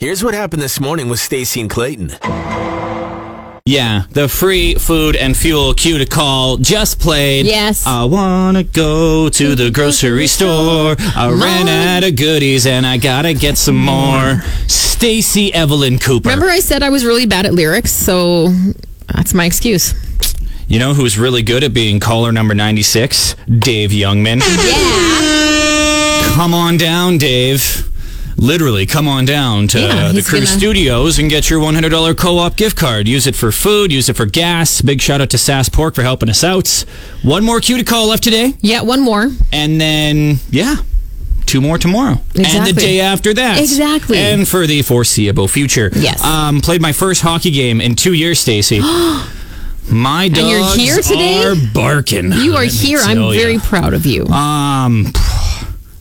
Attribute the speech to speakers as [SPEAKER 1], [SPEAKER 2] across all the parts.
[SPEAKER 1] Here's what happened this morning with Stacy and Clayton.
[SPEAKER 2] Yeah, the free food and fuel cue to call just played.
[SPEAKER 3] Yes.
[SPEAKER 2] I wanna go to the grocery store. I ran out of goodies and I gotta get some more. Stacy Evelyn Cooper.
[SPEAKER 3] Remember, I said I was really bad at lyrics, so that's my excuse.
[SPEAKER 2] You know who's really good at being caller number 96? Dave Youngman. Come on down, Dave. Literally, come on down to
[SPEAKER 3] Yeah,
[SPEAKER 2] the
[SPEAKER 3] he's
[SPEAKER 2] Crew
[SPEAKER 3] gonna-
[SPEAKER 2] Studios and get your $100 co op gift card. Use it for food, use it for gas. Big shout out to Sass Pork for helping us out. One more cue to call left today.
[SPEAKER 3] Yeah, one more.
[SPEAKER 2] And then, yeah, two more tomorrow. And
[SPEAKER 3] Exactly.
[SPEAKER 2] the day after that.
[SPEAKER 3] Exactly.
[SPEAKER 2] And for the foreseeable future.
[SPEAKER 3] Yes.
[SPEAKER 2] Um, played my first hockey game in two years, Stacy. my dogs
[SPEAKER 3] you're here today?
[SPEAKER 2] are barking.
[SPEAKER 3] You are
[SPEAKER 2] let me
[SPEAKER 3] here. I'm
[SPEAKER 2] tell ya.
[SPEAKER 3] very proud of you.
[SPEAKER 2] Um,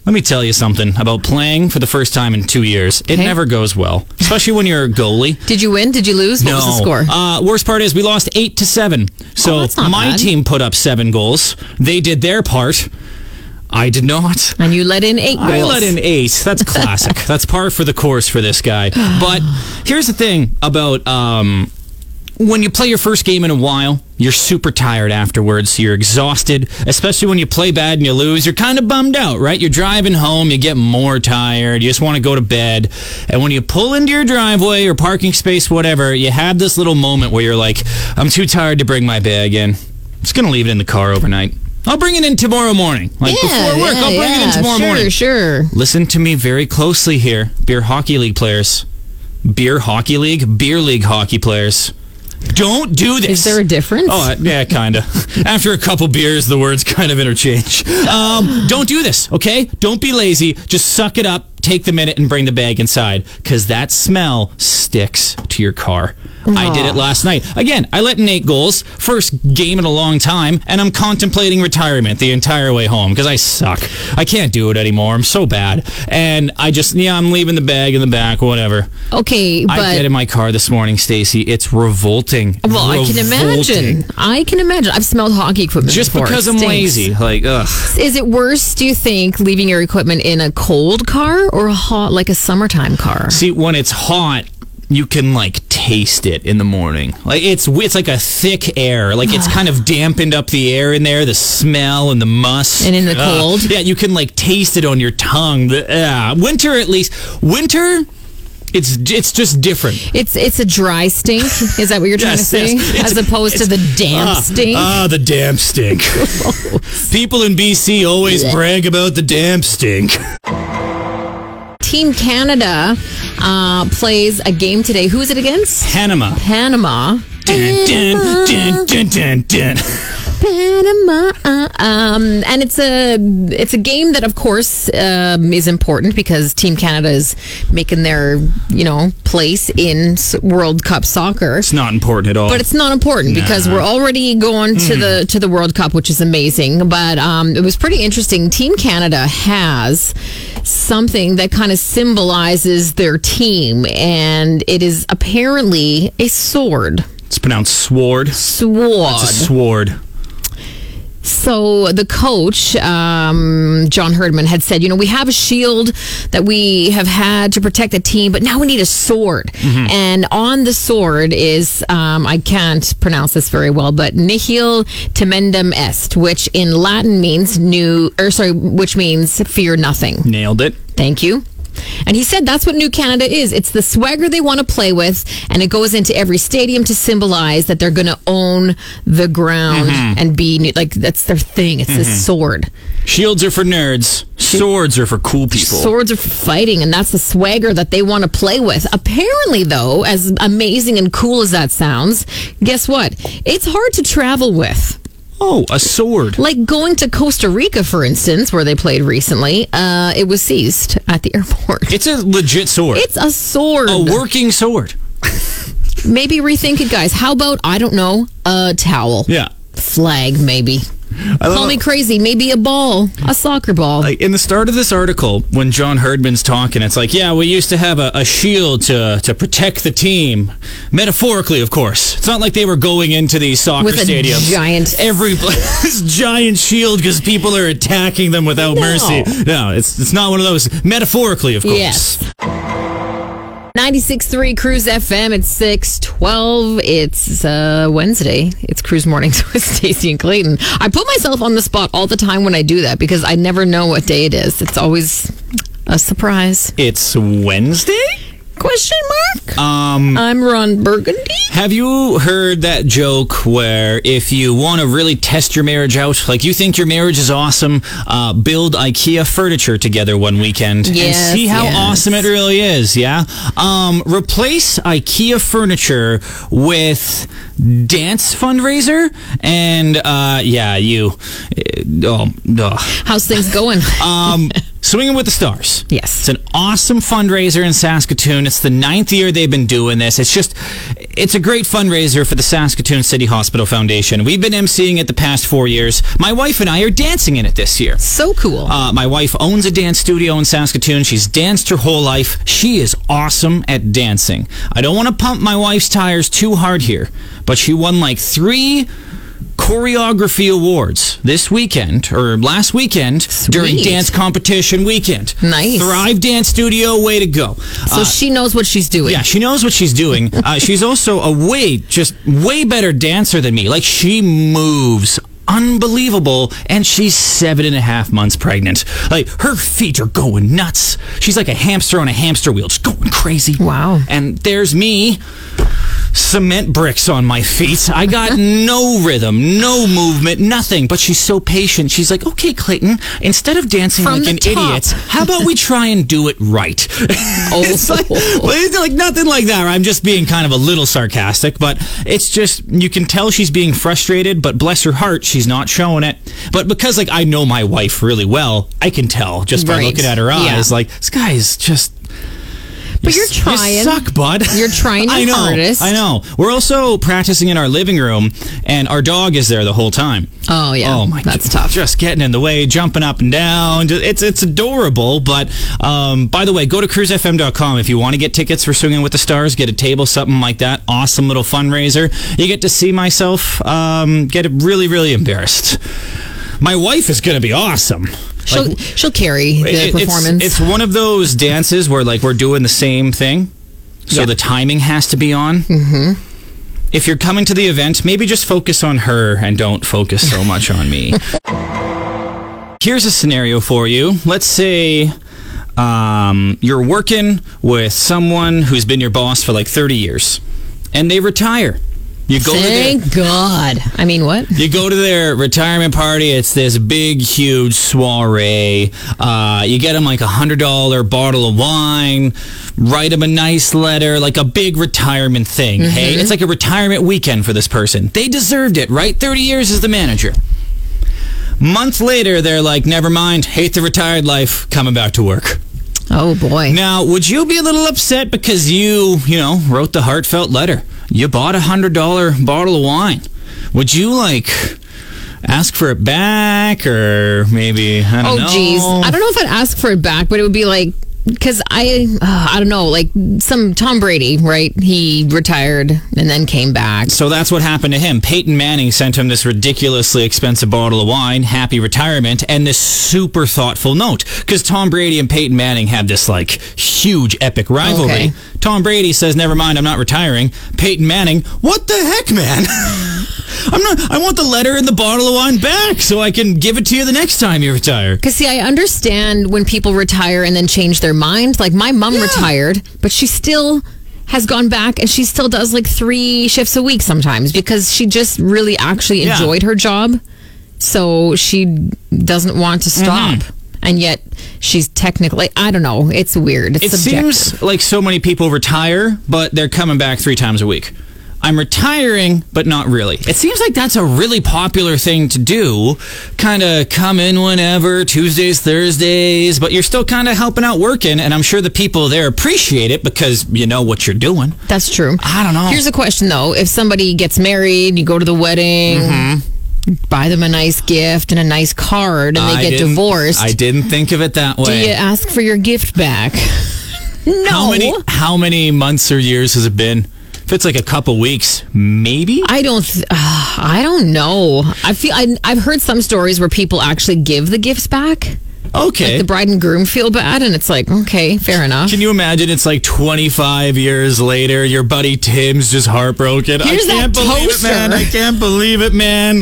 [SPEAKER 2] let me tell you something about playing for the first time in two years. It
[SPEAKER 3] Okay.
[SPEAKER 2] never goes well, especially when you're a goalie.
[SPEAKER 3] Did you win? Did you lose? What was the score?
[SPEAKER 2] Uh, worst part is we lost eight to seven. So
[SPEAKER 3] Oh, that's not
[SPEAKER 2] my
[SPEAKER 3] bad.
[SPEAKER 2] team put up seven goals. They did their part. I did not.
[SPEAKER 3] and you let in eight goals.
[SPEAKER 2] I let in eight. That's classic. That's par for the course for this guy. But here's the thing about um, when you play your first game in a while, you're super tired afterwards. You're exhausted, especially when you play bad and you lose. You're kind of bummed out, right? You're driving home, you get more tired. You just want to go to bed. And when you pull into your driveway or parking space, whatever, you have this little moment where you're like, I'm too tired to bring my bag in. I'm just going to leave it in the car overnight. I'll bring it in tomorrow morning. Like before work, I'll bring it in tomorrow
[SPEAKER 3] sure,
[SPEAKER 2] morning.
[SPEAKER 3] Sure,
[SPEAKER 2] Listen to me very closely here, beer hockey league players. Beer hockey league, beer league hockey players. Don't do this.
[SPEAKER 3] Is there a difference?
[SPEAKER 2] Oh, uh, yeah, kind of. After a couple beers, the words kind of interchange. Um, don't do this, okay? Don't be lazy. Just suck it up, take the minute, and bring the bag inside because that smell sticks to your car. I did it last night. Again, I let in eight goals, first game in a long time, and I'm contemplating retirement the entire way home because I suck. I can't do it anymore. I'm so bad. And I just, yeah, I'm leaving the bag in the back, whatever.
[SPEAKER 3] Okay, but
[SPEAKER 2] I get in my car this morning, Stacy. It's revolting.
[SPEAKER 3] well, I can
[SPEAKER 2] Revolting.
[SPEAKER 3] imagine. I can imagine. I've smelled hockey equipment
[SPEAKER 2] Just
[SPEAKER 3] before. It
[SPEAKER 2] because I'm
[SPEAKER 3] stinks.
[SPEAKER 2] lazy. Like, ugh.
[SPEAKER 3] Is it worse? Do you think leaving your equipment in a cold car or a hot, like a summertime car?
[SPEAKER 2] See, when it's hot, you can like taste it in the morning. Like it's it's like a thick air. Like it's kind of dampened up the air in there, the smell and the must.
[SPEAKER 3] And in the
[SPEAKER 2] Ugh.
[SPEAKER 3] cold?
[SPEAKER 2] Yeah, you can like taste it on your tongue. The- ah. Winter at least. Winter it's it's just different.
[SPEAKER 3] It's it's a dry stink. Is that what you're trying
[SPEAKER 2] Yes,
[SPEAKER 3] to say?
[SPEAKER 2] yes. It's-
[SPEAKER 3] As opposed to the damp
[SPEAKER 2] Ah,
[SPEAKER 3] stink.
[SPEAKER 2] Ah, the damp stink. People in BC always brag about the damp stink.
[SPEAKER 3] Team Canada uh, plays a game today. Who is it against?
[SPEAKER 2] Panama.
[SPEAKER 3] Panama. Eh,
[SPEAKER 2] Dun, dun, dun, dun, dun, dun.
[SPEAKER 3] Panama. Um, and it's a it's a game that, of course, um, is important because Team Canada is making their you know place in s- World Cup soccer.
[SPEAKER 2] It's not important at all.
[SPEAKER 3] But it's not important because we're already going to the to the World Cup, which is amazing. But um, it was pretty interesting. Team Canada has something that kind of symbolizes their team, and it is apparently a sword.
[SPEAKER 2] It's pronounced sword.
[SPEAKER 3] Sword.
[SPEAKER 2] It's a sword.
[SPEAKER 3] So the coach, um, John Herdman, had said, you know, we have a shield that we have had to protect the team, but now we need a sword. And on the sword is, um, I can't pronounce this very well, but nihil temendum est, which in Latin means new, or sorry, which means fear nothing.
[SPEAKER 2] Nailed it.
[SPEAKER 3] Thank you. And he said that's what New Canada is. It's the swagger they want to play with, and it goes into every stadium to symbolize that they're going to own the ground
[SPEAKER 2] Mm-hmm.
[SPEAKER 3] and be new. Like, that's their thing. It's this sword.
[SPEAKER 2] Shields are for nerds. Swords are for cool people.
[SPEAKER 3] Swords are for fighting, and that's the swagger that they want to play with. Apparently, though, as amazing and cool as that sounds, guess what? It's hard to travel with.
[SPEAKER 2] oh, a sword.
[SPEAKER 3] Like going to Costa Rica, for instance, where they played recently, uh, it was seized at the airport.
[SPEAKER 2] It's a legit sword.
[SPEAKER 3] It's a sword.
[SPEAKER 2] a working sword.
[SPEAKER 3] Maybe rethink it, guys. How about I don't know a towel?
[SPEAKER 2] Yeah.
[SPEAKER 3] Flag, maybe. Call
[SPEAKER 2] love-
[SPEAKER 3] me crazy. Maybe a ball, a soccer ball.
[SPEAKER 2] Like in the start of this article, when John Herdman's talking, it's like, yeah, we used to have a, a shield to to protect the team, metaphorically, of course. It's not like they were going into these soccer
[SPEAKER 3] With a
[SPEAKER 2] stadiums.
[SPEAKER 3] giant-
[SPEAKER 2] every this giant shield because people are attacking them without
[SPEAKER 3] No.
[SPEAKER 2] mercy. No, it's it's not one of those. Metaphorically, of course.
[SPEAKER 3] Yes. 96.3 Cruise FM at 612. It's uh, Wednesday. It's Cruise Mornings with Stacey and Clayton. I put myself on the spot all the time when I do that because I never know what day it is. It's always a surprise.
[SPEAKER 2] It's Wednesday?
[SPEAKER 3] Question mark?
[SPEAKER 2] Um,
[SPEAKER 3] I'm Ron Burgundy.
[SPEAKER 2] Have you heard that joke where if you want to really test your marriage out, like you think your marriage is awesome, uh, build IKEA furniture together one weekend
[SPEAKER 3] Yes,
[SPEAKER 2] and see how
[SPEAKER 3] yes.
[SPEAKER 2] awesome it really is? Yeah. Um, replace IKEA furniture with dance fundraiser, and uh, yeah, you. eh, Oh, ugh.
[SPEAKER 3] How's things going?
[SPEAKER 2] Um, Swinging with the Stars.
[SPEAKER 3] Yes.
[SPEAKER 2] It's an awesome fundraiser in Saskatoon. It's the ninth year they've been doing this. It's just, it's a great fundraiser for the Saskatoon City Hospital Foundation. We've been emceeing it the past four years. My wife and I are dancing in it this year.
[SPEAKER 3] so cool.
[SPEAKER 2] Uh, my wife owns a dance studio in Saskatoon. She's danced her whole life. She is awesome at dancing. I don't want to pump my wife's tires too hard here, but she won like three choreography awards this weekend or last weekend during
[SPEAKER 3] Sweet.
[SPEAKER 2] dance competition weekend.
[SPEAKER 3] Nice.
[SPEAKER 2] Thrive Dance Studio, way to go.
[SPEAKER 3] so she knows what she's doing.
[SPEAKER 2] uh, Yeah, she knows what she's doing. Uh, she's also a way, just way better dancer than me. Like she moves unbelievable, and she's seven and a half months pregnant. Like her feet are going nuts. She's like a hamster on a hamster wheel, just going crazy.
[SPEAKER 3] Wow.
[SPEAKER 2] And there's me. Cement bricks on my feet. I got no rhythm, no movement, nothing. But she's so patient. She's like, okay, Clayton, instead of dancing
[SPEAKER 3] From
[SPEAKER 2] like
[SPEAKER 3] the
[SPEAKER 2] an
[SPEAKER 3] top.
[SPEAKER 2] idiot, how about we try and do it right?
[SPEAKER 3] Oh.
[SPEAKER 2] it's like, well, it's like nothing like that. I'm just being kind of a little sarcastic, but it's just you can tell she's being frustrated, but bless her heart, she's not showing it. But because like I know my wife really well, I can tell just by
[SPEAKER 3] Right.
[SPEAKER 2] looking at her eyes.
[SPEAKER 3] Yeah.
[SPEAKER 2] Like this guy is just.
[SPEAKER 3] But you're
[SPEAKER 2] s-
[SPEAKER 3] trying.
[SPEAKER 2] You suck, bud.
[SPEAKER 3] You're trying
[SPEAKER 2] I
[SPEAKER 3] your
[SPEAKER 2] know.
[SPEAKER 3] hardest.
[SPEAKER 2] I know. We're also practicing in our living room, and our dog is there the whole time.
[SPEAKER 3] Oh, yeah.
[SPEAKER 2] Oh my,
[SPEAKER 3] That's
[SPEAKER 2] ju-
[SPEAKER 3] tough.
[SPEAKER 2] Just getting in the way, jumping up and down. Ju- It's it's adorable. But um, by the way, go to cruisefm.com if you want to get tickets for Swinging with the Stars. Get a table, something like that. Awesome little fundraiser. You get to see myself um, get really, really embarrassed. My wife is going to be awesome.
[SPEAKER 3] she'll,
[SPEAKER 2] Like,
[SPEAKER 3] she'll carry the
[SPEAKER 2] it- it's-
[SPEAKER 3] performance.
[SPEAKER 2] It's, one of those dances where like we're doing the same thing, so
[SPEAKER 3] Yeah.
[SPEAKER 2] the timing has to be on. Mm-hmm. If you're coming to the event, maybe just focus on her and don't focus so much on me. Here's a scenario for you. Let's say um, you're working with someone who's been your boss for like 30 years, and they retire. You go to their,
[SPEAKER 3] Thank God. I mean, what?
[SPEAKER 2] you go to their retirement party. It's this big, huge soiree. Uh, you get them like a hundred dollar bottle of wine. Write them a nice letter, like a big retirement thing. Hey, it's like a retirement weekend for this person. They deserved it, right? Thirty years as the manager. Month later, they're like, "Never mind. Hate the retired life. Coming back to work."
[SPEAKER 3] Oh boy.
[SPEAKER 2] Now, would you be a little upset because you, you know, wrote the heartfelt letter? You bought a hundred dollar bottle of wine. Would you like ask for it back, or maybe I
[SPEAKER 3] oh
[SPEAKER 2] don't know?
[SPEAKER 3] jeez. I don't know if I'd ask for it back, but it would be like because I uh, I don't know like some Tom Brady right? He retired and then came back.
[SPEAKER 2] So that's what happened to him. Peyton Manning sent him this ridiculously expensive bottle of wine, happy retirement, and this super thoughtful note. Because Tom Brady and Peyton Manning had this like huge epic rivalry.
[SPEAKER 3] Okay.
[SPEAKER 2] Tom Brady says, "Never mind, I'm not retiring." Peyton Manning, what the heck, man? I'm not. I want the letter and the bottle of wine back so I can give it to you the next time you retire.
[SPEAKER 3] Because see, I understand when people retire and then change their mind. Like my mom
[SPEAKER 2] Yeah.
[SPEAKER 3] retired, but she still has gone back and she still does like three shifts a week sometimes because she just really actually
[SPEAKER 2] Yeah.
[SPEAKER 3] enjoyed her job. So she doesn't want
[SPEAKER 2] Mm-hmm.
[SPEAKER 3] to stop. And yet she's technically, I don't know. It's weird. It's
[SPEAKER 2] It
[SPEAKER 3] subjective.
[SPEAKER 2] seems like so many people retire, but they're coming back three times a week. I'm retiring, but not really. It seems like that's a really popular thing to do. Kind of come in whenever, Tuesdays, Thursdays, but you're still kind of helping out working, and I'm sure the people there appreciate it because you know what you're doing.
[SPEAKER 3] That's true.
[SPEAKER 2] I don't know.
[SPEAKER 3] Here's a question though: If somebody gets married, you go to the wedding, buy them a nice gift and a nice card, and
[SPEAKER 2] Mm-hmm. I
[SPEAKER 3] they get
[SPEAKER 2] didn't-
[SPEAKER 3] divorced,
[SPEAKER 2] I didn't think of it that way.
[SPEAKER 3] do you ask for your gift back? no.
[SPEAKER 2] How many how many months or years has it been? If it's like a couple weeks, maybe.
[SPEAKER 3] I don't. Th- uh, I don't know. I feel. I, I've heard some stories where people actually give the gifts back.
[SPEAKER 2] Okay.
[SPEAKER 3] Like the bride and groom feel bad, and it's like, okay, fair enough.
[SPEAKER 2] Can you imagine? It's like 25 years later. Your buddy Tim's just heartbroken.
[SPEAKER 3] Here's
[SPEAKER 2] I can't
[SPEAKER 3] that
[SPEAKER 2] believe it, man. I
[SPEAKER 3] toaster."
[SPEAKER 2] can't believe it, man.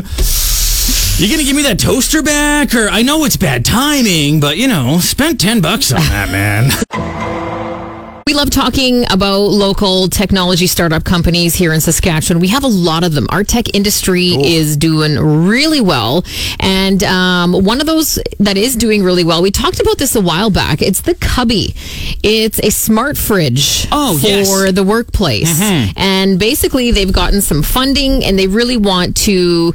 [SPEAKER 2] You gonna give me that toaster back? Or I know it's bad timing, but you know, spent 10 bucks on that, man.
[SPEAKER 3] We love talking about local technology startup companies here in Saskatchewan. We have a lot of them. Our tech industry is doing really well. And um, one of those that is doing really well, we talked about this a while back. It's the Cubby. It's a smart fridge
[SPEAKER 2] Oh,
[SPEAKER 3] for
[SPEAKER 2] yes. Mm-hmm.
[SPEAKER 3] the workplace. And basically, they've gotten some funding and they really want to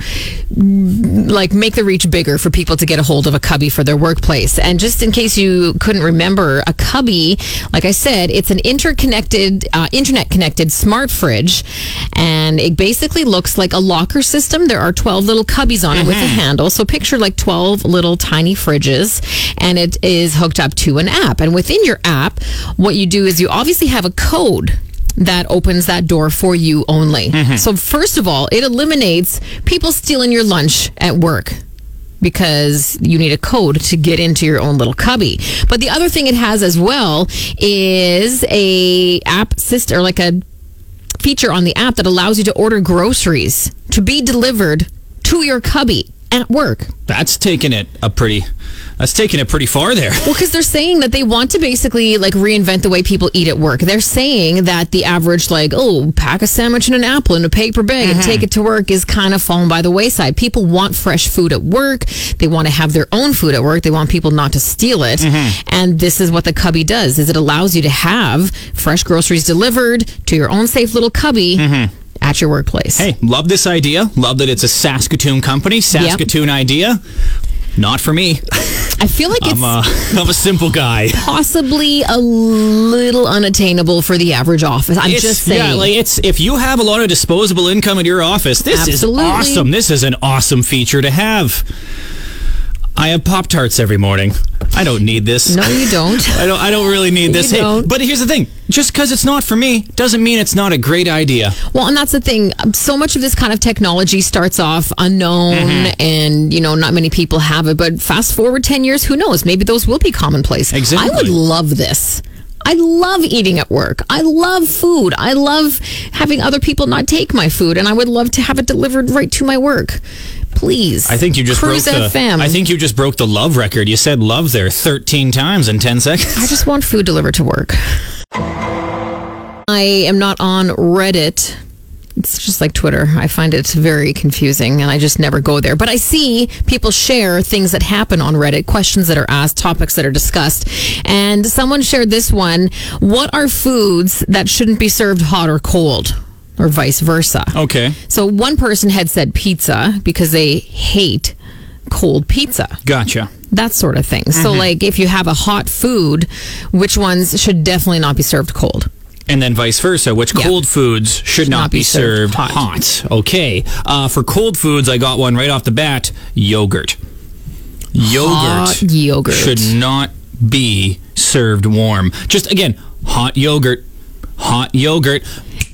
[SPEAKER 3] like make the reach bigger for people to get a hold of a cubby for their workplace. And just in case you couldn't remember, a cubby, like I said, it's an interconnected, uh, internet connected smart fridge, and it basically looks like a locker system. There are twelve little cubbies on it with a handle. So picture like twelve little tiny fridges, and it is hooked up to an app. And within your app, what you do is you obviously have a code that opens that door for you only. So, first of all, it eliminates people stealing your lunch at work because you need a code to get into your own little cubby. But the other thing it has as well is a app system or like a feature on the app that allows you to order groceries to be delivered to your cubby at work.
[SPEAKER 2] that's taking it a pretty. That's taking it pretty far there.
[SPEAKER 3] Well, because they're saying that they want to basically like reinvent the way people eat at work. They're saying that the average like oh pack a sandwich and an apple in a paper bag and
[SPEAKER 2] Mm-hmm.
[SPEAKER 3] take it to work is kind of fallen by the wayside. People want fresh food at work. They want to have their own food at work. They want people not to steal it.
[SPEAKER 2] Mm-hmm.
[SPEAKER 3] And this is what the cubby does: is it allows you to have fresh groceries delivered to your own safe little cubby at your workplace.
[SPEAKER 2] Mm-hmm. Hey, love this idea. Love that it's a Saskatoon company. Saskatoon idea. Not for me.
[SPEAKER 3] I feel like it's
[SPEAKER 2] I'm uh, a, I'm a simple guy.
[SPEAKER 3] possibly a little unattainable for the average office. I'm
[SPEAKER 2] It's-
[SPEAKER 3] just saying.
[SPEAKER 2] Yeah, like it's if you have a lot of disposable income in your office, this
[SPEAKER 3] Absolutely.
[SPEAKER 2] is awesome. This is an awesome feature to have. I have Pop Tarts every morning. I don't need this.
[SPEAKER 3] no, you don't.
[SPEAKER 2] I don't. I don't really need this. Hey,
[SPEAKER 3] don't.
[SPEAKER 2] but here's the thing: just because it's not for me doesn't mean it's not a great idea.
[SPEAKER 3] Well, and that's the thing. Um, So much of this kind of technology starts off unknown,
[SPEAKER 2] Mm-hmm.
[SPEAKER 3] and you know, not many people have it. But fast forward ten years, who knows? Maybe those will be commonplace.
[SPEAKER 2] Exactly.
[SPEAKER 3] I would love this. I love eating at work. I love food. I love having other people not take my food, and I would love to have it delivered right to my work. Please,
[SPEAKER 2] I think you just
[SPEAKER 3] Cruise
[SPEAKER 2] broke the.
[SPEAKER 3] FM.
[SPEAKER 2] I think you just broke the love record. You said love there 13 times in 10
[SPEAKER 3] I
[SPEAKER 2] seconds.
[SPEAKER 3] just want food delivered to work. I am not on Reddit. It's just like Twitter. I find it very confusing and I just never go there. But I see people share things that happen on Reddit, questions that are asked, topics that are discussed. And someone shared this one What are foods that shouldn't be served hot or cold? Or vice versa.
[SPEAKER 2] Okay,
[SPEAKER 3] So one person had said pizza because they hate cold pizza
[SPEAKER 2] gotcha.
[SPEAKER 3] that sort of thing. So,
[SPEAKER 2] Mm-hmm.
[SPEAKER 3] like, if you have a hot food, which ones should definitely not be served cold?
[SPEAKER 2] And then vice versa, which
[SPEAKER 3] Yeah.
[SPEAKER 2] cold foods should not, be served, hot. Okay. Uh, for cold foods, I got one right off the bat yogurt. Yogurt,
[SPEAKER 3] Hot yogurt.
[SPEAKER 2] should not be served warm. Just again, hot yogurt. Hot yogurt.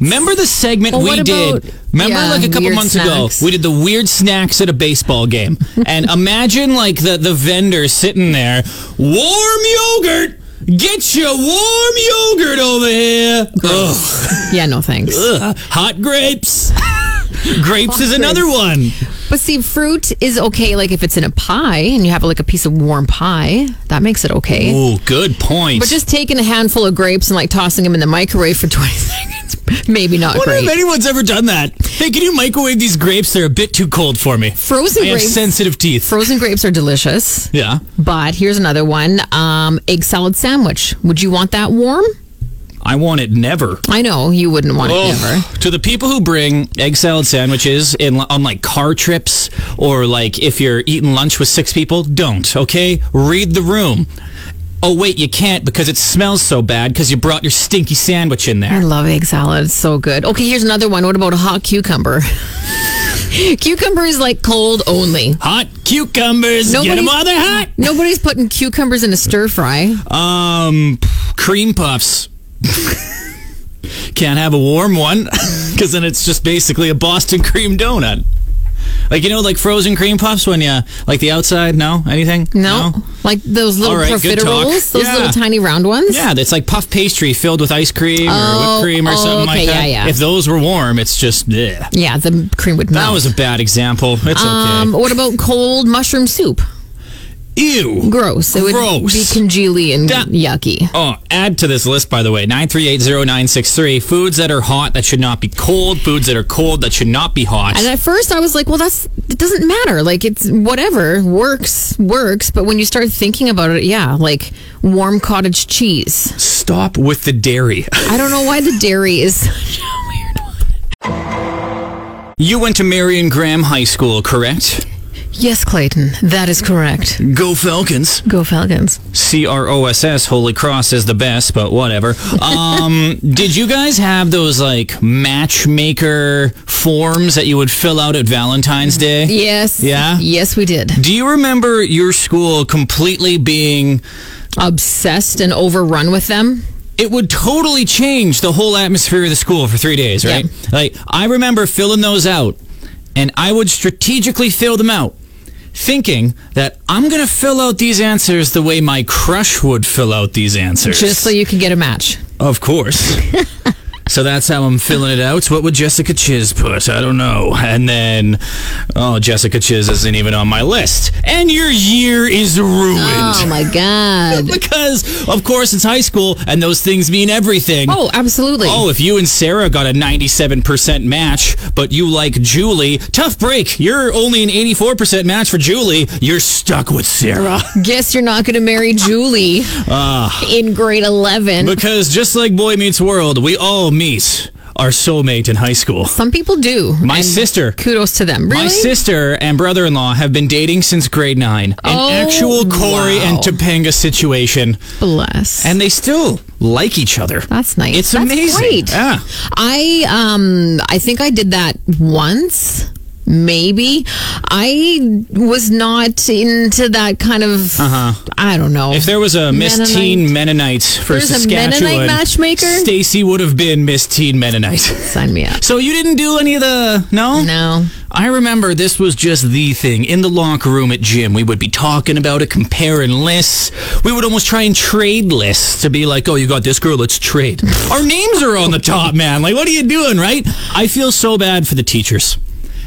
[SPEAKER 2] Remember the segment
[SPEAKER 3] Well,
[SPEAKER 2] we
[SPEAKER 3] what about-
[SPEAKER 2] did? Remember
[SPEAKER 3] yeah,
[SPEAKER 2] like a couple
[SPEAKER 3] weird
[SPEAKER 2] months
[SPEAKER 3] snacks.
[SPEAKER 2] ago? We did the weird snacks at a baseball game. and imagine like the, the vendor sitting there, warm yogurt! Get your warm yogurt over here! Ugh.
[SPEAKER 3] Yeah, no thanks.
[SPEAKER 2] Ugh, hot grapes. grapes is
[SPEAKER 3] grapes.
[SPEAKER 2] another one.
[SPEAKER 3] But see, fruit is okay, like, if it's in a pie and you have like a piece of warm pie, that makes it okay.
[SPEAKER 2] Ooh, good point.
[SPEAKER 3] But just taking a handful of grapes and like tossing them in the microwave for 20 seconds, maybe not
[SPEAKER 2] I wonder
[SPEAKER 3] great.
[SPEAKER 2] if anyone's ever done that. Hey, can you microwave these grapes? They're a bit too cold for me.
[SPEAKER 3] Frozen
[SPEAKER 2] I have
[SPEAKER 3] grapes.
[SPEAKER 2] sensitive teeth.
[SPEAKER 3] Frozen grapes are delicious,
[SPEAKER 2] Yeah.
[SPEAKER 3] but here's another one um, egg salad sandwich. Would you want that warm?
[SPEAKER 2] I want it never.
[SPEAKER 3] I know you wouldn't want
[SPEAKER 2] Oh.
[SPEAKER 3] it ever.
[SPEAKER 2] To the people who bring egg salad sandwiches in on like car trips or like if you're eating lunch with six people, don't, okay? Read the room. Oh wait, you can't because it smells so bad because you brought your stinky sandwich in
[SPEAKER 3] I
[SPEAKER 2] there.
[SPEAKER 3] love egg salad. It's so good. Okay, here's another one. What about a hot cucumber? cucumber is like cold only.
[SPEAKER 2] Hot cucumbers, get 'em get them
[SPEAKER 3] Nobody's-
[SPEAKER 2] while they're hot.
[SPEAKER 3] Nobody's putting cucumbers in a stir fry.
[SPEAKER 2] Um, cream puffs. Can't have a warm one because then it's just basically a Boston cream donut. Like you know, like frozen cream puffs when you like the outside. No, anything.
[SPEAKER 3] No, like those little
[SPEAKER 2] All right, good talk.
[SPEAKER 3] profiteroles, those
[SPEAKER 2] Yeah.
[SPEAKER 3] little tiny round ones.
[SPEAKER 2] Yeah, it's like puff pastry filled with ice cream or
[SPEAKER 3] Oh,
[SPEAKER 2] whipped cream or
[SPEAKER 3] oh,
[SPEAKER 2] something like
[SPEAKER 3] okay,
[SPEAKER 2] that.
[SPEAKER 3] yeah, yeah.
[SPEAKER 2] If those were warm, it's just bleh.
[SPEAKER 3] yeah, the cream would melt.
[SPEAKER 2] that was a bad example. It's
[SPEAKER 3] um,
[SPEAKER 2] okay.
[SPEAKER 3] What about cold mushroom soup?
[SPEAKER 2] Ew.
[SPEAKER 3] Gross. It would
[SPEAKER 2] Gross.
[SPEAKER 3] be congealy and
[SPEAKER 2] That-
[SPEAKER 3] yucky.
[SPEAKER 2] Oh, add to this list, by the way, 9380963. Foods that are hot that should not be cold, foods that are cold that should not be hot.
[SPEAKER 3] And at first, I was like, "Well, that's it doesn't matter. Like, it's whatever works works." But when you start thinking about it, yeah, like warm cottage cheese.
[SPEAKER 2] Stop with the dairy.
[SPEAKER 3] I don't know why the dairy is.
[SPEAKER 2] you went to Marion Graham High School, correct?
[SPEAKER 3] Yes, Clayton, that is correct.
[SPEAKER 2] Go Falcons.
[SPEAKER 3] Go Falcons.
[SPEAKER 2] C R O S S Holy Cross is the best, but whatever. Um, did you guys have those like matchmaker forms that you would fill out at Valentine's Day?
[SPEAKER 3] Yes.
[SPEAKER 2] Yeah?
[SPEAKER 3] Yes, we did.
[SPEAKER 2] Do you remember your school completely being
[SPEAKER 3] Obsessed and overrun with them.
[SPEAKER 2] it would totally change the whole atmosphere of the school for three days, right? Like, I remember filling those out, and I would strategically fill them out, thinking that I'm going to fill out these answers the way my crush would fill out these answers.
[SPEAKER 3] Just so you could get a match.
[SPEAKER 2] Of course. so that's how I'm filling it out. What would Jessica Chiz put? I don't know. And then, oh, Jessica Chiz isn't even on my list. And your year is ruined.
[SPEAKER 3] Oh my god.
[SPEAKER 2] Because, of course, it's high school and those things mean everything.
[SPEAKER 3] Oh, absolutely.
[SPEAKER 2] Oh, if you and Sarah got a 97% match, but you like Julie, tough break. You're only an 84% match for Julie. You're stuck with Sarah.
[SPEAKER 3] Guess you're not going to marry Julie
[SPEAKER 2] Ah.
[SPEAKER 3] in grade 11.
[SPEAKER 2] Because just like Boy Meets World, we all meet our soulmate in high school.
[SPEAKER 3] Some people do.
[SPEAKER 2] My
[SPEAKER 3] and
[SPEAKER 2] sister.
[SPEAKER 3] Kudos to them. Really?
[SPEAKER 2] My sister and brother in law have been dating since grade nine. An
[SPEAKER 3] Oh,
[SPEAKER 2] actual Corey and
[SPEAKER 3] wow.
[SPEAKER 2] Topanga situation.
[SPEAKER 3] Bless.
[SPEAKER 2] And they still like each other.
[SPEAKER 3] That's nice.
[SPEAKER 2] It's
[SPEAKER 3] That's
[SPEAKER 2] amazing.
[SPEAKER 3] great.
[SPEAKER 2] Yeah.
[SPEAKER 3] I um I think I did that once. Maybe I was not into that kind of. I don't know.
[SPEAKER 2] If Uh-huh. there was a Miss
[SPEAKER 3] Mennonite.
[SPEAKER 2] Teen Mennonite for
[SPEAKER 3] There's a
[SPEAKER 2] Saskatchewan,
[SPEAKER 3] Mennonite matchmaker?
[SPEAKER 2] Stacy would have been Miss Teen Mennonite.
[SPEAKER 3] Sign me up.
[SPEAKER 2] So you didn't do any of the no?
[SPEAKER 3] No.
[SPEAKER 2] I remember this was just the thing in the locker room at gym. We would be talking about it, comparing lists. We would almost try and trade lists to be like, "Oh, you got this girl, let's trade." Our names are on the top, man. Like, what are you doing, right? I feel so bad for the teachers.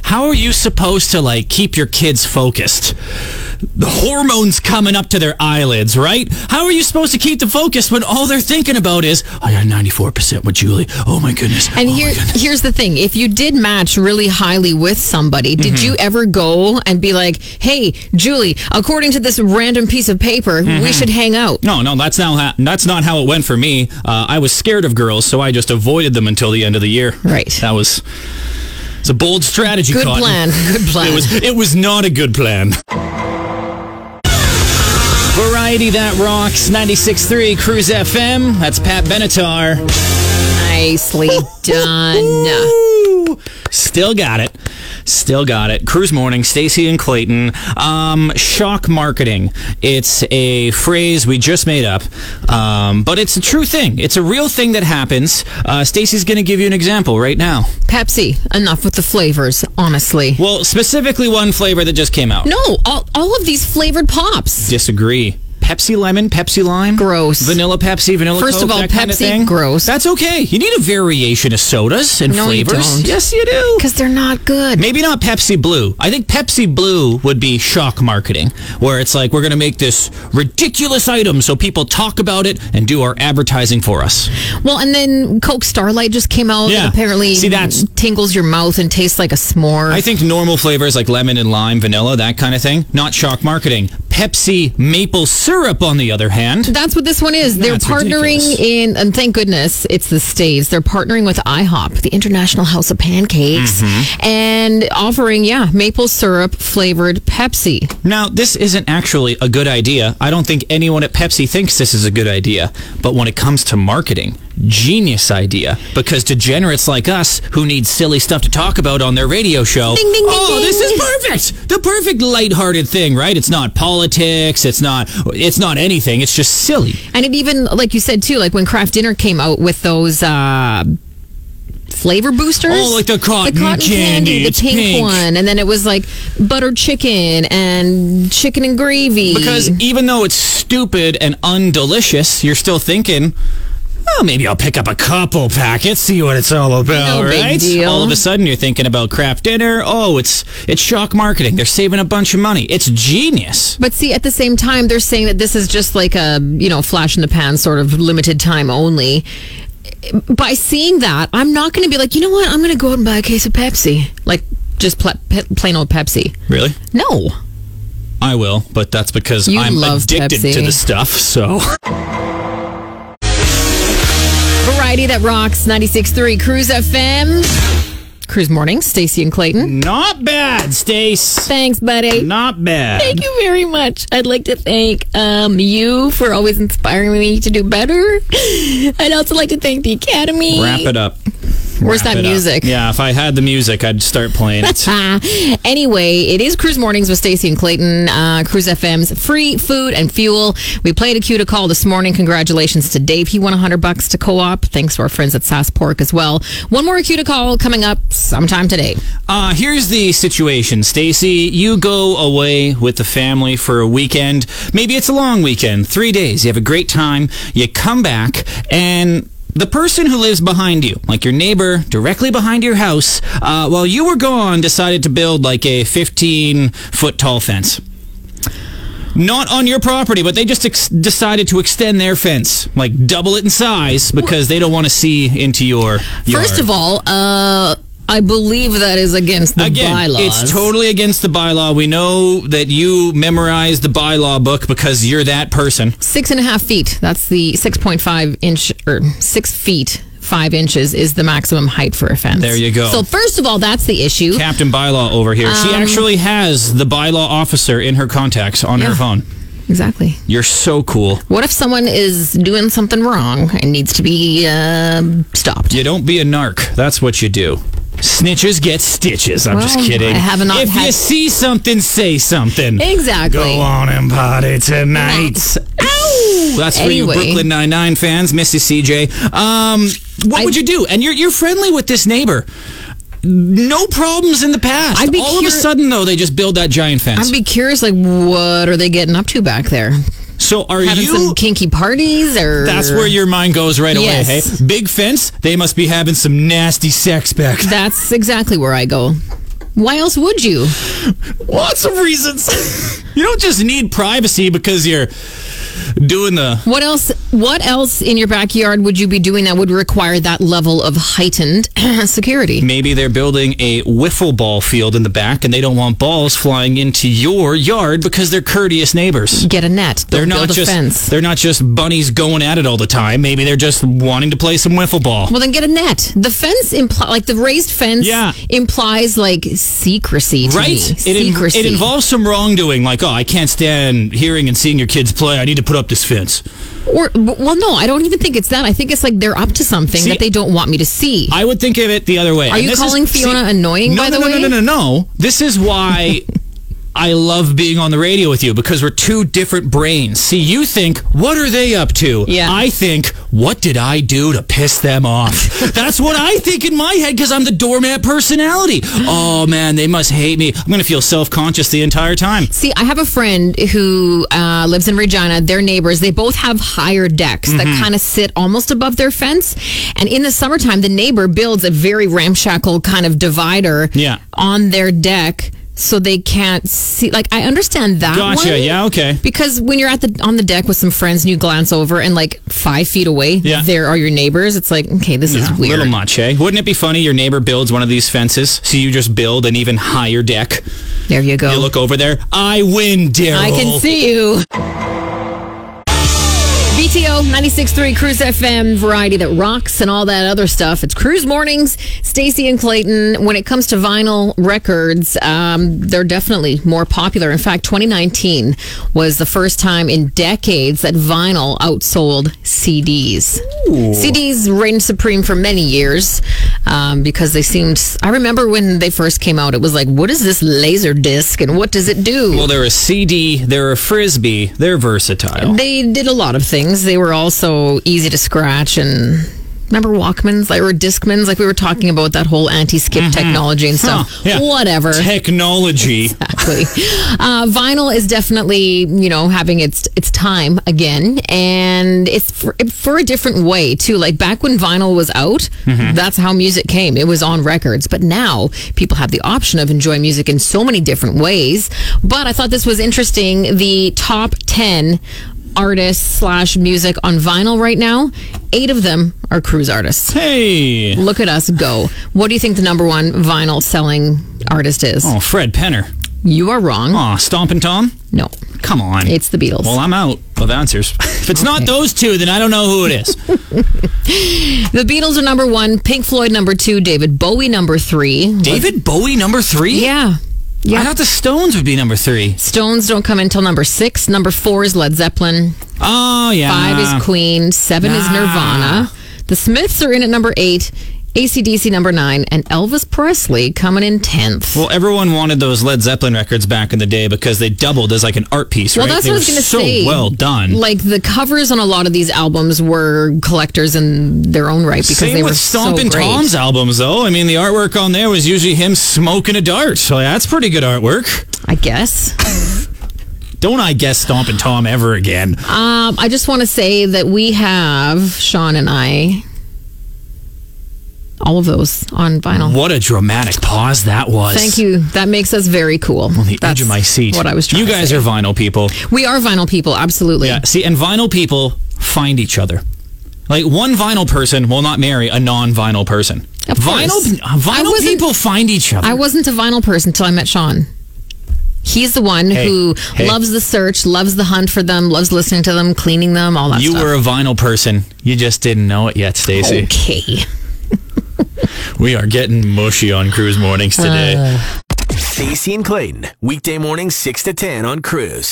[SPEAKER 2] How are you supposed to like keep your kids focused? The hormones coming up to their eyelids, right? How are you supposed to keep the focus when all they're thinking about is, "I got 94% with Julie. Oh my goodness."
[SPEAKER 3] And
[SPEAKER 2] Oh my
[SPEAKER 3] here,
[SPEAKER 2] goodness."
[SPEAKER 3] here's the thing: if you did match really highly with somebody, did
[SPEAKER 2] Mm-hmm.
[SPEAKER 3] you ever go and be like, "Hey, Julie, according to this random piece of paper,
[SPEAKER 2] Mm-hmm.
[SPEAKER 3] we should hang out"?
[SPEAKER 2] No, no, that's not how, that's not how it went for me. Uh, I was scared of girls, so I just avoided them until the end of the year.
[SPEAKER 3] Right.
[SPEAKER 2] That was it's a bold strategy.
[SPEAKER 3] Good
[SPEAKER 2] Cotton.
[SPEAKER 3] plan. Good plan.
[SPEAKER 2] It was it was not a good plan. Variety that rocks 96.3 Cruise FM. That's Pat Benatar.
[SPEAKER 3] Nicely done.
[SPEAKER 2] Ooh, Still got it. Still got it. Cruise morning, Stacy and Clayton. Um, shock marketing. It's a phrase we just made up, um, but it's a true thing. It's a real thing that happens. Uh, Stacy's going to give you an example right now.
[SPEAKER 3] Pepsi. Enough with the flavors, honestly.
[SPEAKER 2] Well, specifically one flavor that just came out.
[SPEAKER 3] No, all, all of these flavored pops.
[SPEAKER 2] Disagree. Pepsi lemon, Pepsi lime.
[SPEAKER 3] Gross.
[SPEAKER 2] Vanilla Pepsi, vanilla
[SPEAKER 3] First of
[SPEAKER 2] Coke,
[SPEAKER 3] all,
[SPEAKER 2] that kinda
[SPEAKER 3] Pepsi,
[SPEAKER 2] thing.
[SPEAKER 3] gross.
[SPEAKER 2] That's okay. You need a variation of sodas and
[SPEAKER 3] No, you
[SPEAKER 2] flavors.
[SPEAKER 3] don't.
[SPEAKER 2] Yes, you do.
[SPEAKER 3] Because they're not good.
[SPEAKER 2] Maybe not Pepsi Blue. I think Pepsi Blue would be shock marketing, where it's like we're going to make this ridiculous item so people talk about it and do our advertising for us.
[SPEAKER 3] Well, and then Coke Starlight just came out.
[SPEAKER 2] Yeah.
[SPEAKER 3] And apparently,
[SPEAKER 2] See, that's-
[SPEAKER 3] tingles your mouth and tastes like a s'more.
[SPEAKER 2] I think normal flavors like lemon and lime, vanilla, that kind of thing, not shock marketing. Pepsi maple syrup, on the other hand,
[SPEAKER 3] that's what this one is. They're
[SPEAKER 2] That's
[SPEAKER 3] partnering
[SPEAKER 2] ridiculous.
[SPEAKER 3] in, and thank goodness it's the States. They're partnering with IHOP, the International House of Pancakes,
[SPEAKER 2] Mm-hmm.
[SPEAKER 3] and offering, yeah, maple syrup flavored Pepsi.
[SPEAKER 2] Now, this isn't actually a good idea. I don't think anyone at Pepsi thinks this is a good idea. But when it comes to marketing, genius idea. Because degenerates like us, who need silly stuff to talk about on their radio show,
[SPEAKER 3] Ding, ding, ding,
[SPEAKER 2] oh,
[SPEAKER 3] ding."
[SPEAKER 2] this is perfect. The perfect lighthearted thing, right? It's not politics. It's not. It's not anything. It's just silly.
[SPEAKER 3] And it even, like you said too, like when Kraft Dinner came out with those uh, flavor boosters.
[SPEAKER 2] Oh, like the cotton candy,
[SPEAKER 3] the
[SPEAKER 2] it's
[SPEAKER 3] pink,
[SPEAKER 2] pink.
[SPEAKER 3] one, and then it was like buttered chicken and chicken and gravy.
[SPEAKER 2] Because even though it's stupid and undelicious, you're still thinking, well, maybe I'll pick up a couple packets, see what it's all about,
[SPEAKER 3] No big
[SPEAKER 2] right?
[SPEAKER 3] deal.
[SPEAKER 2] All of a sudden, you're thinking about craft dinner. Oh, it's it's shock marketing. They're saving a bunch of money. It's genius.
[SPEAKER 3] But see, at the same time, they're saying that this is just like a you know flash in the pan, sort of limited time only. By seeing that, I'm not going to be like, you know what? I'm going to go out and buy a case of Pepsi, like just pla pe- plain old Pepsi.
[SPEAKER 2] Really?
[SPEAKER 3] No,
[SPEAKER 2] I will, but that's because
[SPEAKER 3] You
[SPEAKER 2] I'm
[SPEAKER 3] love
[SPEAKER 2] addicted
[SPEAKER 3] Pepsi.
[SPEAKER 2] to the stuff. So
[SPEAKER 3] variety that rocks. 96.3 Cruise FM. Cruise morning, Stacy and Clayton.
[SPEAKER 2] not bad, Stace.
[SPEAKER 3] Thanks, buddy.
[SPEAKER 2] Not bad.
[SPEAKER 3] Thank you very much. I'd like to thank um, you for always inspiring me to do better. I'd also like to thank the Academy.
[SPEAKER 2] Wrap it up.
[SPEAKER 3] Where's
[SPEAKER 2] Wrap
[SPEAKER 3] that
[SPEAKER 2] it up.
[SPEAKER 3] music?
[SPEAKER 2] Yeah, if I had the music, I'd start playing it.
[SPEAKER 3] Ah, anyway, it is Cruise Mornings with Stacey and Clayton. Uh, Cruise FM's free food and fuel. We played a cue to call this morning. Congratulations to Dave. He won 100 bucks to co-op. Thanks to our friends at Sass Pork as well. One more cue to call coming up sometime today.
[SPEAKER 2] Uh, here's the situation, Stacy. You go away with the family for a weekend. Maybe it's a long weekend, three days. You have a great time. You come back, and the person who lives behind you, like your neighbor directly behind your house, uh, while you were gone, decided to build like a 15 foot tall fence. Not on your property, but they just ex- decided to extend their fence, like double it in size, because they don't want to see into your.
[SPEAKER 3] First
[SPEAKER 2] yard.
[SPEAKER 3] of all, uh, I believe that is against the
[SPEAKER 2] Again,
[SPEAKER 3] bylaws.
[SPEAKER 2] it's totally against the bylaw. We know that you memorized the bylaw book because you're that person.
[SPEAKER 3] six and a half feet. That's the 6.5 inch or six feet. Five inches is the maximum height for a fence.
[SPEAKER 2] There you go.
[SPEAKER 3] So first of all, that's the issue.
[SPEAKER 2] Captain Bylaw over here. she
[SPEAKER 3] Um,
[SPEAKER 2] actually has the bylaw officer in her contacts on her
[SPEAKER 3] Yeah.
[SPEAKER 2] phone.
[SPEAKER 3] Exactly.
[SPEAKER 2] You're so cool.
[SPEAKER 3] What if someone is doing something wrong and needs to be um stopped?
[SPEAKER 2] You don't be a narc. That's what you do. Snitches get stitches. I'm just
[SPEAKER 3] Well,
[SPEAKER 2] kidding.
[SPEAKER 3] I have not
[SPEAKER 2] if you
[SPEAKER 3] had-
[SPEAKER 2] see something, say something.
[SPEAKER 3] Exactly.
[SPEAKER 2] Go on and party tonight. Ow! That's for
[SPEAKER 3] Anyway.
[SPEAKER 2] you Brooklyn Nine Nine fans, Missy CJ. Um, what
[SPEAKER 3] I-
[SPEAKER 2] would you do? And you're you're friendly with this neighbor. No problems in the past.
[SPEAKER 3] I'd be
[SPEAKER 2] All of a
[SPEAKER 3] curi-
[SPEAKER 2] sudden, though, they just build that giant fence.
[SPEAKER 3] I'd be curious, like, what are they getting up to back there?
[SPEAKER 2] so are
[SPEAKER 3] Having
[SPEAKER 2] you?
[SPEAKER 3] some kinky parties, or
[SPEAKER 2] That's where your mind goes right away.
[SPEAKER 3] Yes.
[SPEAKER 2] Hey, big fence. They must be having some nasty sex back. there.
[SPEAKER 3] That's exactly where I go. Why else would you?
[SPEAKER 2] Lots of reasons. you don't just need privacy because you're doing the
[SPEAKER 3] What else? What else in your backyard would you be doing that would require that level of heightened security?
[SPEAKER 2] Maybe they're building a wiffle ball field in the back and they don't want balls flying into your yard because they're courteous neighbors.
[SPEAKER 3] Get a net. Don't
[SPEAKER 2] They're not
[SPEAKER 3] build a
[SPEAKER 2] just
[SPEAKER 3] fence.
[SPEAKER 2] they're not just bunnies going at it all the time. Maybe they're just wanting to play some wiffle ball.
[SPEAKER 3] Well, then get a net. The fence impli like the raised fence,
[SPEAKER 2] Yeah.
[SPEAKER 3] implies like secrecy. To
[SPEAKER 2] Right?
[SPEAKER 3] me.
[SPEAKER 2] It, in-
[SPEAKER 3] secrecy.
[SPEAKER 2] it involves some wrongdoing, like, oh, I can't stand hearing and seeing your kids play. I need to put up this fence.
[SPEAKER 3] Or well, no, I don't even think it's that. I think it's like they're up to something
[SPEAKER 2] See-
[SPEAKER 3] that they don't want me to see.
[SPEAKER 2] I would think of it the other way.
[SPEAKER 3] Are you calling Fiona annoying,
[SPEAKER 2] No,
[SPEAKER 3] by
[SPEAKER 2] no,
[SPEAKER 3] the
[SPEAKER 2] no,
[SPEAKER 3] way?
[SPEAKER 2] No, no, no, no. This is why I love being on the radio with you because we're two different brains. See, you think, what are they up to?
[SPEAKER 3] Yeah.
[SPEAKER 2] I think, what did I do to piss them off? That's what I think in my head because I'm the doormat personality. Oh, man, they must hate me. I'm going to feel self conscious the entire time.
[SPEAKER 3] See, I have a friend who uh, lives in Regina. Their neighbors, they both have higher decks
[SPEAKER 2] Mm-hmm.
[SPEAKER 3] that kind of sit almost above their fence. And in the summertime, the neighbor builds a very ramshackle kind of divider
[SPEAKER 2] Yeah.
[SPEAKER 3] on their deck so they can't see. Like, I understand that.
[SPEAKER 2] Gotcha.
[SPEAKER 3] one.
[SPEAKER 2] Yeah, okay.
[SPEAKER 3] Because when you're at the on the deck with some friends and you glance over and like five feet away,
[SPEAKER 2] Yeah.
[SPEAKER 3] there are your neighbors. It's like, okay, this is
[SPEAKER 2] A
[SPEAKER 3] weird.
[SPEAKER 2] little much, eh? Wouldn't it be funny your neighbor builds one of these fences, so you just build an even higher deck?
[SPEAKER 3] there you go.
[SPEAKER 2] You look over there. I win, Daryl.
[SPEAKER 3] I can see you. BTO 96.3 Cruise FM variety that rocks and all that other stuff. It's Cruise Mornings, Stacy and Clayton. When it comes to vinyl records, um, they're definitely more popular. In fact, 2019 was the first time in decades that vinyl outsold CDs. CDs reigned supreme for many years um, because they seemed. I remember when they first came out, it was like, what is this laser disc and what does it do?
[SPEAKER 2] Well, they're a CD, they're a frisbee, they're versatile.
[SPEAKER 3] They did a lot of things. They were also easy to scratch and remember Walkmans like, or Discmans? Like we were talking about that whole anti-skip technology and stuff.
[SPEAKER 2] Mm-hmm. Huh, yeah.
[SPEAKER 3] Whatever.
[SPEAKER 2] Technology.
[SPEAKER 3] Exactly. uh, vinyl is definitely, you know, having its its time again, and it's for, for a different way too. Like back when vinyl was out, that's how music came. It was on records, but now people have the option of enjoying music in so many different ways. But I thought this was interesting. The top ten artists slash music on vinyl right now. Eight of them are cruise artists.
[SPEAKER 2] Hey.
[SPEAKER 3] Look at us go. What do you think the number one vinyl selling artist is?
[SPEAKER 2] Oh, Fred Penner.
[SPEAKER 3] You are wrong.
[SPEAKER 2] Aw, Stompin' Tom?
[SPEAKER 3] No,
[SPEAKER 2] Come on.
[SPEAKER 3] it's the Beatles.
[SPEAKER 2] well, I'm out of answers. if it's not those two, then I don't know who it is.
[SPEAKER 3] the Beatles are number one. Pink Floyd number two. David Bowie number three.
[SPEAKER 2] David Bowie, number three?
[SPEAKER 3] Yeah,
[SPEAKER 2] I
[SPEAKER 3] yeah.
[SPEAKER 2] thought the Stones would be number three.
[SPEAKER 3] Stones don't come until number six. Number four is Led Zeppelin.
[SPEAKER 2] Oh, yeah.
[SPEAKER 3] Five is Queen. Seven is
[SPEAKER 2] Nah.
[SPEAKER 3] Nirvana. The Smiths are in at number eight. ACDC number nine, and Elvis Presley coming in tenth.
[SPEAKER 2] Well, everyone wanted those Led Zeppelin records back in the day because they doubled as like an art piece,
[SPEAKER 3] Well,
[SPEAKER 2] right?
[SPEAKER 3] that's
[SPEAKER 2] they
[SPEAKER 3] what I
[SPEAKER 2] were
[SPEAKER 3] was gonna
[SPEAKER 2] so
[SPEAKER 3] say.
[SPEAKER 2] well done.
[SPEAKER 3] like the covers on a lot of these albums were collectors in their own right because
[SPEAKER 2] Same
[SPEAKER 3] they
[SPEAKER 2] with
[SPEAKER 3] were
[SPEAKER 2] Stompin'
[SPEAKER 3] so great.
[SPEAKER 2] Tom's albums, though. I mean, the artwork on there was usually him smoking a dart, so that's pretty good artwork.
[SPEAKER 3] I guess.
[SPEAKER 2] Don't I guess Stompin' Tom ever again?
[SPEAKER 3] Um, I just want to say that we have Sean and I all of those on vinyl.
[SPEAKER 2] What a dramatic pause that was.
[SPEAKER 3] Thank you. That makes us very cool.
[SPEAKER 2] On the edge of my seat.
[SPEAKER 3] What I was trying.
[SPEAKER 2] You
[SPEAKER 3] to
[SPEAKER 2] guys
[SPEAKER 3] say.
[SPEAKER 2] are vinyl people.
[SPEAKER 3] We are vinyl people. Absolutely.
[SPEAKER 2] Yeah. See, and vinyl people find each other. Like one vinyl person will not marry a non-vinyl person.
[SPEAKER 3] Of
[SPEAKER 2] vinyl uh,
[SPEAKER 3] course. I
[SPEAKER 2] vinyl
[SPEAKER 3] wasn't-
[SPEAKER 2] people find each other.
[SPEAKER 3] I wasn't a vinyl person until I met Sean. He's the one
[SPEAKER 2] Hey,
[SPEAKER 3] who
[SPEAKER 2] hey.
[SPEAKER 3] loves the search, loves the hunt for them, loves listening to them, cleaning them, all that
[SPEAKER 2] you
[SPEAKER 3] stuff.
[SPEAKER 2] were a vinyl person. You just didn't know it yet, Stacy.
[SPEAKER 3] okay. Oh,
[SPEAKER 2] We are getting mushy on cruise mornings today.
[SPEAKER 1] Stacy and Clayton, weekday morning 6 to 10 on Cruise.